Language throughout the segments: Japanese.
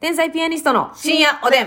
天才ピアニストの深夜おでん。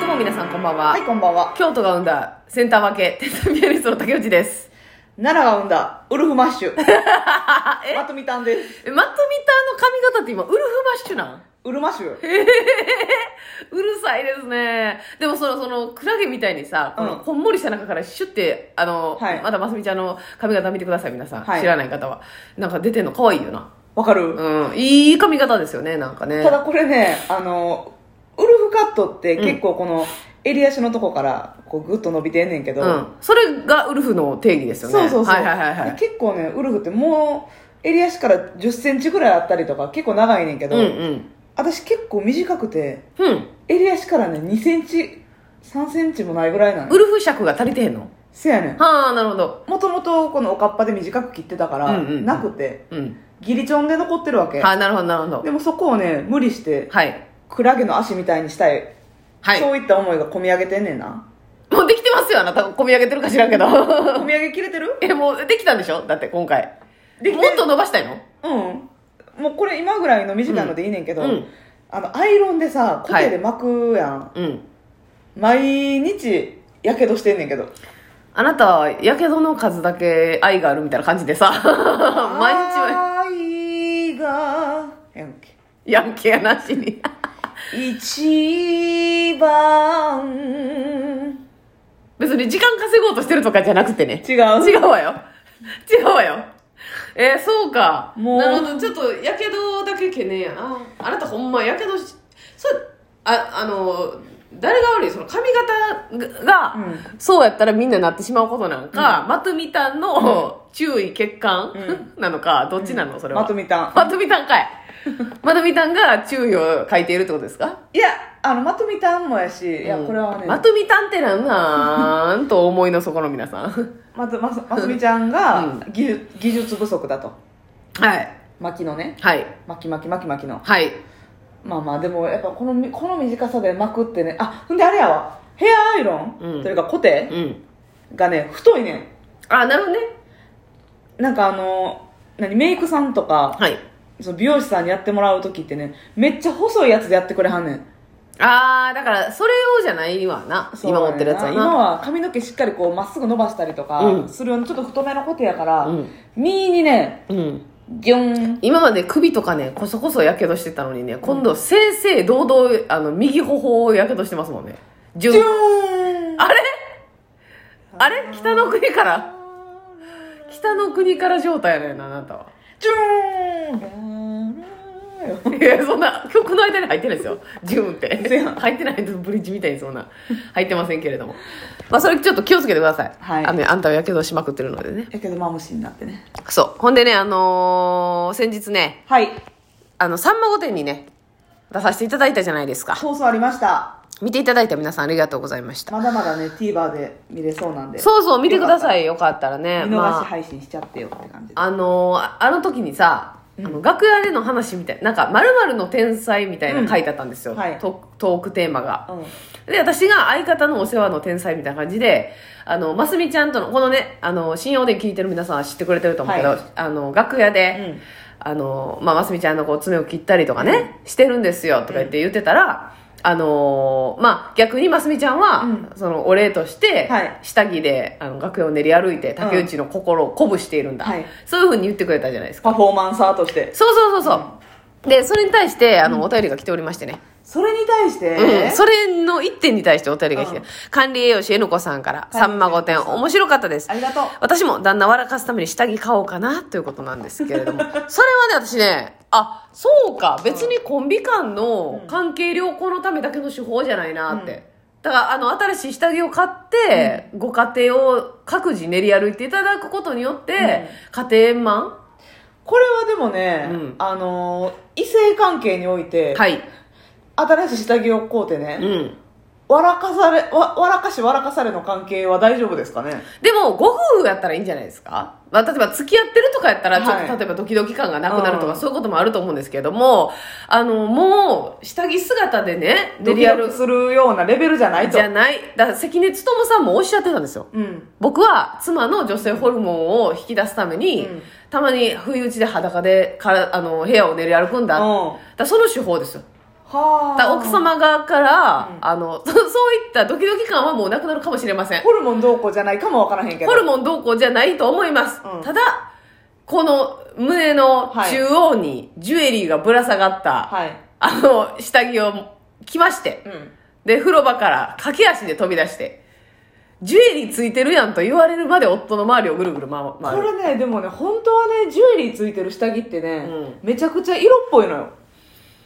どうも皆さんこんばんは。はい、こんばんは。京都が生んだセンター分け、天才ピアニストの竹内です。奈良が生んだ、ウルフマッシ ュ。まとみたんです。え、マットミターの髪型って今、ウルフマッシュなんウルマッシュ。うるさいですね。でもその、その、クラゲみたいにさ、この、うんこんもりした中からシュって、あの、はいまだますみちゃんの髪型見てください、皆さん。はい知らない方は。なんか出てんの可愛いよな。わかる、うん、いい髪型ですよね、なんかね。ただこれね、あの、ウルフカットって結構この、襟足のとこから、こう、ぐっと伸びてんねんけど、うん。それがウルフの定義ですよね。そうそうそう、はいはいはいはいで。結構ね、ウルフってもう、襟足から10センチぐらいあったりとか、結構長いねんけうど、んうん。私結構短くて、うん。襟足からね、2センチ、3センチもないぐらいなの。ウルフ尺が足りてへんのせやねん。はあ、なるほど。もともとこのおかっぱで短く切ってたから、うんうんうんなくて、うん。ギリチョンで残ってるわけ。はあ、なるほど、なるほどで。もそこをね、無理して、はい。クラゲの足みたいにしたい。はい。そういった思いが込み上げてんねんな。もうできてますよ、あなた。込み上げてるか知らんけど。 込み上げ切れてるえ、もうできたんでしょだって今回。できてもるっと伸ばしたいのうん。もうこれ今ぐらいの短いのでいいねんけど、うんうんあの、アイロンでさ、コテで巻くやん。うん。毎日、やけどしてんねんけど。あなたは、やけどの数だけ愛があるみたいな感じでさ。 毎日、愛が、やんけ。ヤンキーやなしに。一番。別に時間稼ごうとしてるとかじゃなくてね。違う。違うわよ。違うわよ。えーそうか。もうなるほど。ちょっと、やけどだけ懸念やな。あなたほんま、やけどし、そう、あ、あの、誰が悪いその髪型が、うそうやったらみんななってしまうことなんか、マトミタンの注意欠陥、なのか、どっちなのそれは。まとみたん。マトミタン かい。マトミタンが注意を書いているってことですかいや、あの、まとみたんもやし、いや、うんこれはね、マトミタンってなんなんと思いの底の皆さん。まずますますみちゃんがう技術,、技術不足だとはい。巻きのねはい。巻き巻き巻き巻きのはい。まあまあでもやっぱこのみこの短さで巻くってねあほんであれやわヘアアイロン、うんというかコテうん。がね太いねあ、なるほどね。んなんかあの何メイクさんとかはい。その美容師さんにやってもらう時ってねめっちゃ細いやつでやってくれはんねんあー、だから、それをじゃないわな。そう今持ってるやつは今な。は髪の毛しっかりこうまっすぐ伸ばしたりとうかんするようなちょっと太めのコテやから、うん右にねうん。ギョン今まで首とかね、こそこそやけどしてたのにね、今度、正々堂々、あの、右頬をやけどしてますもんね。ギ順ョーンあれあれ北の国から北の国から状態やねんな、あなたは。ジューンいや、そんな、曲の間に入ってないですよ。ジューンって。嘘やん入ってないとブリッジみたいにそんな、入ってませんけれども。まあ、それちょっと気をつけてください。はいあのね、あんたはやけどしまくってるのでね。やけどマムシになってね。そう。ほんでね、あのー先日ね、はい。あの、さんま御殿にね、出させていただいたじゃないですか。放送ありました。見ていただいた皆さんありがとうございました。まだまだね、TVer で見れそうなんで。そうそう、見てください。よかったらね。見逃しま配信しちゃってよって感じで。あ、あのーああ の時にさ、あの楽屋での話みたいなんか、まるの天才みたいなの書いてあったんですよ。うんはいトトークテーマが。うん。で、私が相方のお世話の天才みたいな感じで、あの、ますみちゃんとの、このね、あの、信用で聞いてる皆さんは知ってくれてると思うけど、はいあの、楽屋で、うんあの、まあ、ますみちゃんのこう爪を切ったりとかね、してるんですよ、とか言って言ってたら、あのーまあ、逆にますみちゃんは、うんそのお礼としてはい、下着で、あの、楽屋を練り歩いて、竹内の心を鼓舞しているんだ。はいそういうふうに言ってくれたじゃないですか。パフォーマンサーとして。そうそうそうそう。で、それに対して、あの、お便りが来ておりましてね。それに対して、うん、それの一点に対してお便りが来て、うん管理栄養士えぬこさんから、管理栄養士さんま御殿、面白かったですあ。りがとう。私も旦那を笑かすために下着買おうかなということなんですけれ ども、それはね、私ね、あ、そうか、別にコンビ間の関係良好のためだけの手法じゃないなって。うんだから、あの、新しい下着を買って、ご家庭を各自練り歩いていただくことによって、家庭円満、これはでもね、うんあのー異性関係において、はい。新しい下着を買うてうね、ん。笑かされ、わ、笑かし笑かされの関係は大丈夫ですかねでも、ご夫婦やったらいいんじゃないですか、まあ、例えば、付き合ってるとかやったら、ちょっとはい例えば、ドキドキ感がなくなるとか、うんそういうこともあると思うんですけれども、あの、もう、下着姿でね、ド練キりドキ歩するようなレベルじゃないとじ。ゃない。だから、関根勤さんもおっしゃってたんですよ。うん。僕は妻の女性ホルモンを引き出すために、うんたまに不意打ちで裸でからあの部屋を練り歩くんだ、うだんからその手法ですよはあだから奥。様側から、うんあの そそういったドキドキ感はもうなくなるかもしれませんホルモンどうこうじゃないかもわからへんけど。ホルモンどうこうじゃないと思います、うんただこの胸の中央にジュエリーがぶら下がった、はい。あの下着を着ましてうん。で風呂場から駆け足で飛び出してジュエリーついてるやんと言われるまで夫の周りをぐるぐる回回こるれね、でもね、本当はね、ジュエリーついてる下着ってね、うめちゃくちゃ色っぽいのよ。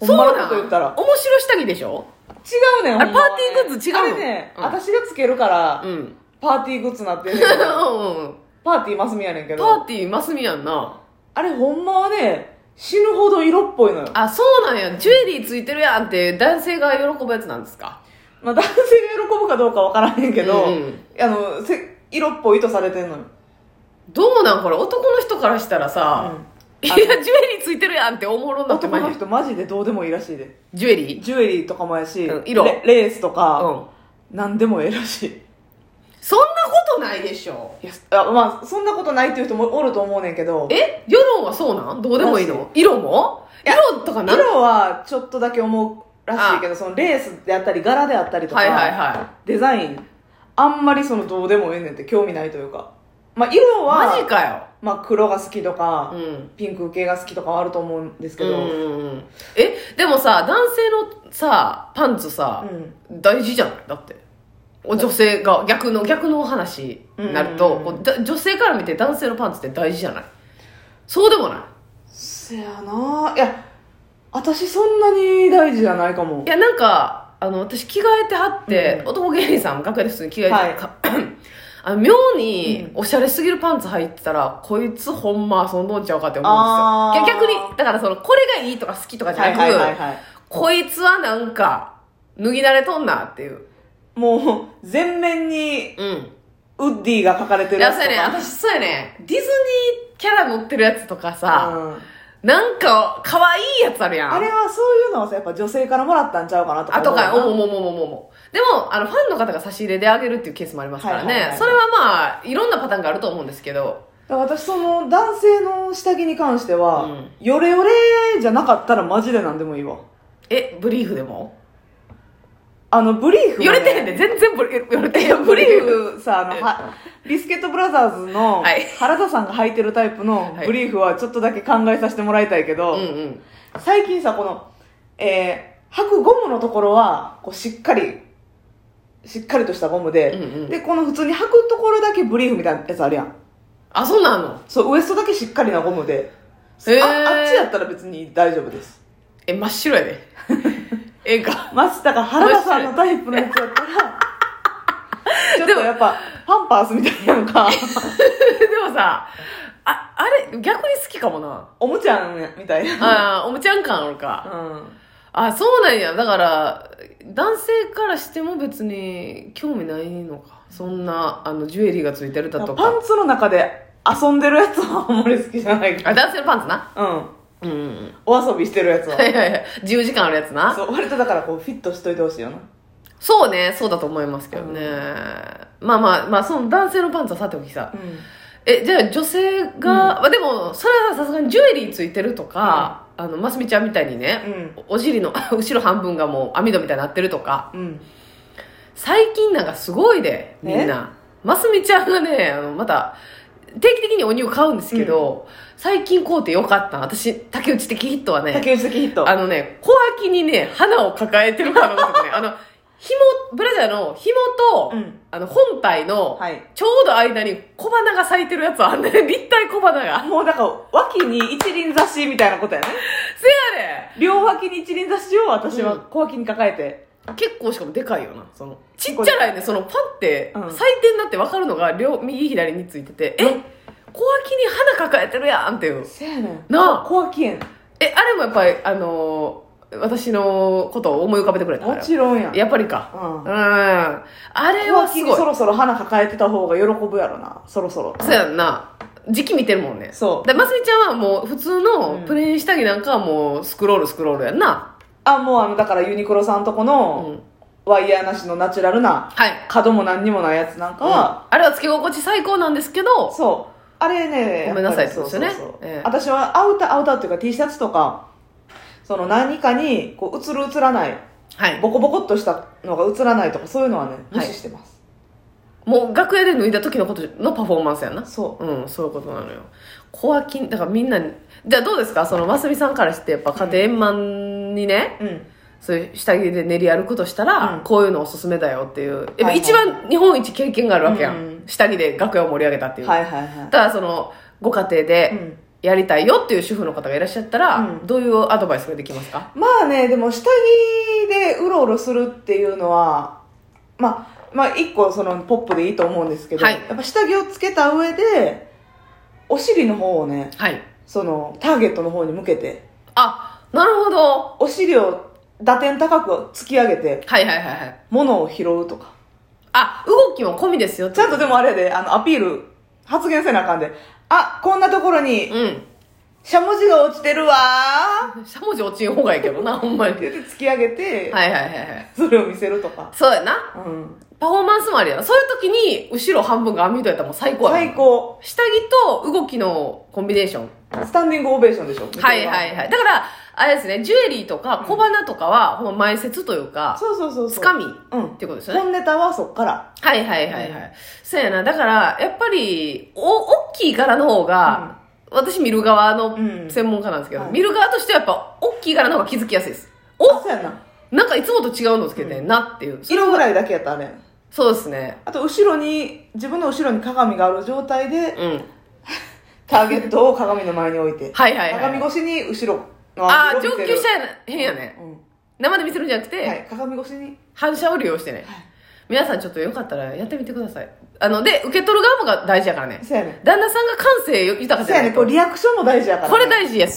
そほんうなまのんこと言ったら。面白下着でしょ違うねんあれほんまはパーねティーグッズ違うのあれね、うん私がつけるから、うん。うんパーティーグッズなってんねんう けどんうん。パーティーマスミやねんけパーどティーマスミやんな。あれほんまはね死ぬほど色っぽいのよ、あ、そうなんや。ジュエリーついてるやんって男性が喜ぶやつなんですか。まあ、男性が喜ぶかどうかわからへんけど、うんうんあのせ色っぽいとされてんのよ、どうなんこれ男の人からしたらさ、いや、ジュエリーついてるやんっておもろんなって男まのい人マジでどうでもいいらしいでジュエリージュエリーとかもやし、うん色レレースとうか、ん。何でもええらしいそんなことないでしょ。いやあまあそんなことないっていう人もおると思うねんけどえ世論はそうなんどうでもいいの色も色とかなん色はちょっとだけ思うらしいけどそのレースであったり柄であったりとか、はいはいは。デザインあんまりそのどうでもええねんって興味ないというかまあ色はマいジかよ。まあ、黒が好きとか、うん。ピンク系が好きとかはあると思うんですけうんど、うんうん。え、でもさ、男性のさ、パンツさ、うん大事じゃないだってお女性が逆の逆の話になるうとんこうだ女性から見て男性のパンツって大事じゃないそうでもないせやないや私そんなに大事じゃないかもいやなんかあの私着替えてはって、うん男芸人さん楽屋で普通に着替えて、はいか あの妙にうんおしゃれすぎるパンツ履いてたら、こいつほんま遊んどんちゃうかって思うんですよあー逆にだからそのこれがいいとか好きとかじゃなく、はいこいつはなんか脱ぎ慣れとんなっていうもう全面にうんウッディが書かれてるいや、つそとうかやね。私、そうやね。ディズニーキャラ乗ってるやつとかさ、うんなんか、可愛いやつあるやん。あれはそういうのはさやっぱ女性からもらったんちゃうかなとかあとか、お思うもおもおもおもおも。でも、あの、ファンの方が差し入れであげるっていうケースもありますからね。はいはいはいそれはまあ、いろんなパターンがあると思うんですけど。だから私その男性の下着に関しては、うんヨレヨレじゃなかったらマジで何でもいいわえ、ブリーフでもあのブリーフよもねれてへんで、全然ブリよれてへん。ブブリリーフ。ーフさあのはビスケットブラザーズのはい原田さんが履いてるタイプのはいブリーフはちょっとだけ考えさせてもらいたいけど、うんうん。最近さこの、えー履くゴムのところはこうしっかりしっかりとしたゴムで、うんうんでこの普通に履くところだけブリーフみたいなやつあるやんあ、そうなのそうウエストだけしっかりなゴムで、へーああっちやったら別に大丈夫ですえ、真っ白や で。ええか。まずだから原田さんのタイプのやつやったらちょっとやっぱパンパースみたいなの かでもさ、あ、あれ、逆に好きかもな。おもちゃみたいな。あーおもちゃん感あるか。うん。あそうなんやだから男性からしても別に興味ないのかそんなあのジュエリーがついてるだとパかンツの中で遊んでるやつはあんまり好きじゃないかあ男性のパンツなら。うん。うんうんうんお遊びしてるやつはは。いはいはい自由時間あるやつなそうそう、割とだからこうフィットしといてほしいよな。ねそうだと思いますけどね、うんまあまあまあその男性のパンツはさておきさうん。えじゃあ女性が、まあ、でもそれはさすがにジュエリーついてるとか、あのますみちゃんみたいにね、うん。お尻の 後ろ半分がもう網戸みたいになってるとかうん。最近なんかすごいでみんなますみちゃんがねあのまた定期的にお乳買うんですけど、最近買うてよかった私竹内的ヒットはね竹内的ヒット。あのね小脇にね花を抱えてるかのご とくねあの紐ブラジャーの紐と、うん。あの本体のはい。ちょうど間に小花が咲いてるやつあんね 立体小花がもうだから脇に一輪挿しみたいなことやね。せや両脇に一輪挿しを私は小脇に抱えて。で結構しかもでかいよなそのちっちゃないねそのパンってうん咲いてんなって分かるのが両右左についてて、え小脇に花抱えてるやんっていうせやねん。なあ小脇園。えあれもやっぱりあのー私のことを思い浮かべてくれたもちろんやん。やっぱりか。うんうん。あれは小す脇ごにいそ。ろそろ花抱えてた方が喜ぶやろな。そろそろ。そうやんな。時期見てるもんね。そうで、まつりちゃんはもう普通のプレイン下着なんかはもうスクロールスクロールやんな。あ、もうあの、だからユニクロさんとこうん。のワイヤーなしのナチュラルな、はい。角も何にもないやつなんかは、あれはつけ心地最高なんですけど、そう。あれね、ごめんなさいやっぱりってことですそようねそうそうええ私はアウター、アウターっていうか T シャツとか、その何かに、こう、映る映らない、はい。ボコボコっとしたのが映らないとか、そういうのはね、無視してます。もう楽屋で脱いだ時のことのパフォーマンスやんな。そう。うん、そういうことなのよ。小脇に、だからみんなに、じゃあどうですかその、ますみさんからしてやっぱ家庭円満にね、うん。そういう下着で練り歩くとしたら、うんこういうのおすすめだよっていうやっはぱいはい一番日本一経験があるわけやん、うん下着で楽屋を盛り上げたっていう、はいはいはただそのご家庭い。うでん。やりたいよっていう主婦の方がいらっしゃったら、うんどういうアドバイスができますかまあね、でも下着でうろうろするっていうのは、まあ、まあ一個そのポップでいいと思うんですけど、はいやっぱ下着をつけた上で、お尻の方をね、はいそのターゲットの方に向けて、あなるほどお尻を打点高く突き上げて、はいはいはいはい物を拾うとか。あ動きも込みですよちゃんとでもあれやで、あの、アピール、発言せなあかんで、あ、こんなところに、うんしゃもじが落ちてるわーしゃもじ落ちん方がいいけど なほんまにっはてい言って突き上げて、はいはいはいそれを見せるとか。そうやなうん。パフォーマンスもありやなそういう時に後ろ半分が網戸やったらもう最高やな最高。下着と動きのコンビネーションスタンディングオベーションでしょはいはいい。はい。だから、あれですね、ジュエリーとか小花とかは、ほんま前説というか、そうそうそうそう。つかみっうん。ていうことですよね。本ネタはそっから。はいはいはいはい。そうやな。だから、やっぱり、お、大きい柄の方が、私見る側のうん専門家なんですけど、はい見る側としてはやっぱ、大きい柄の方が気づきやすいです。あおそうやな。なんかいつもと違うのつけてんなっていう。色ぐらいだけやったらね。そうですね。あと、後ろに、自分の後ろに鏡がある状態で、うん。ターゲットを鏡の前に置いて。はいはいは鏡い。越しに後ろのああ、を上見せる級者や変やね。う生で見せるんじゃなくて、ん。はい。鏡越しに。反射を利用してね、皆さんちょっとよかったらやってみてくださいあので受け取る側もが大事やからねそうやね。旦那さんが感性豊かそじうゃやなね。いことう、リアクションも大事やからね。これ大事やし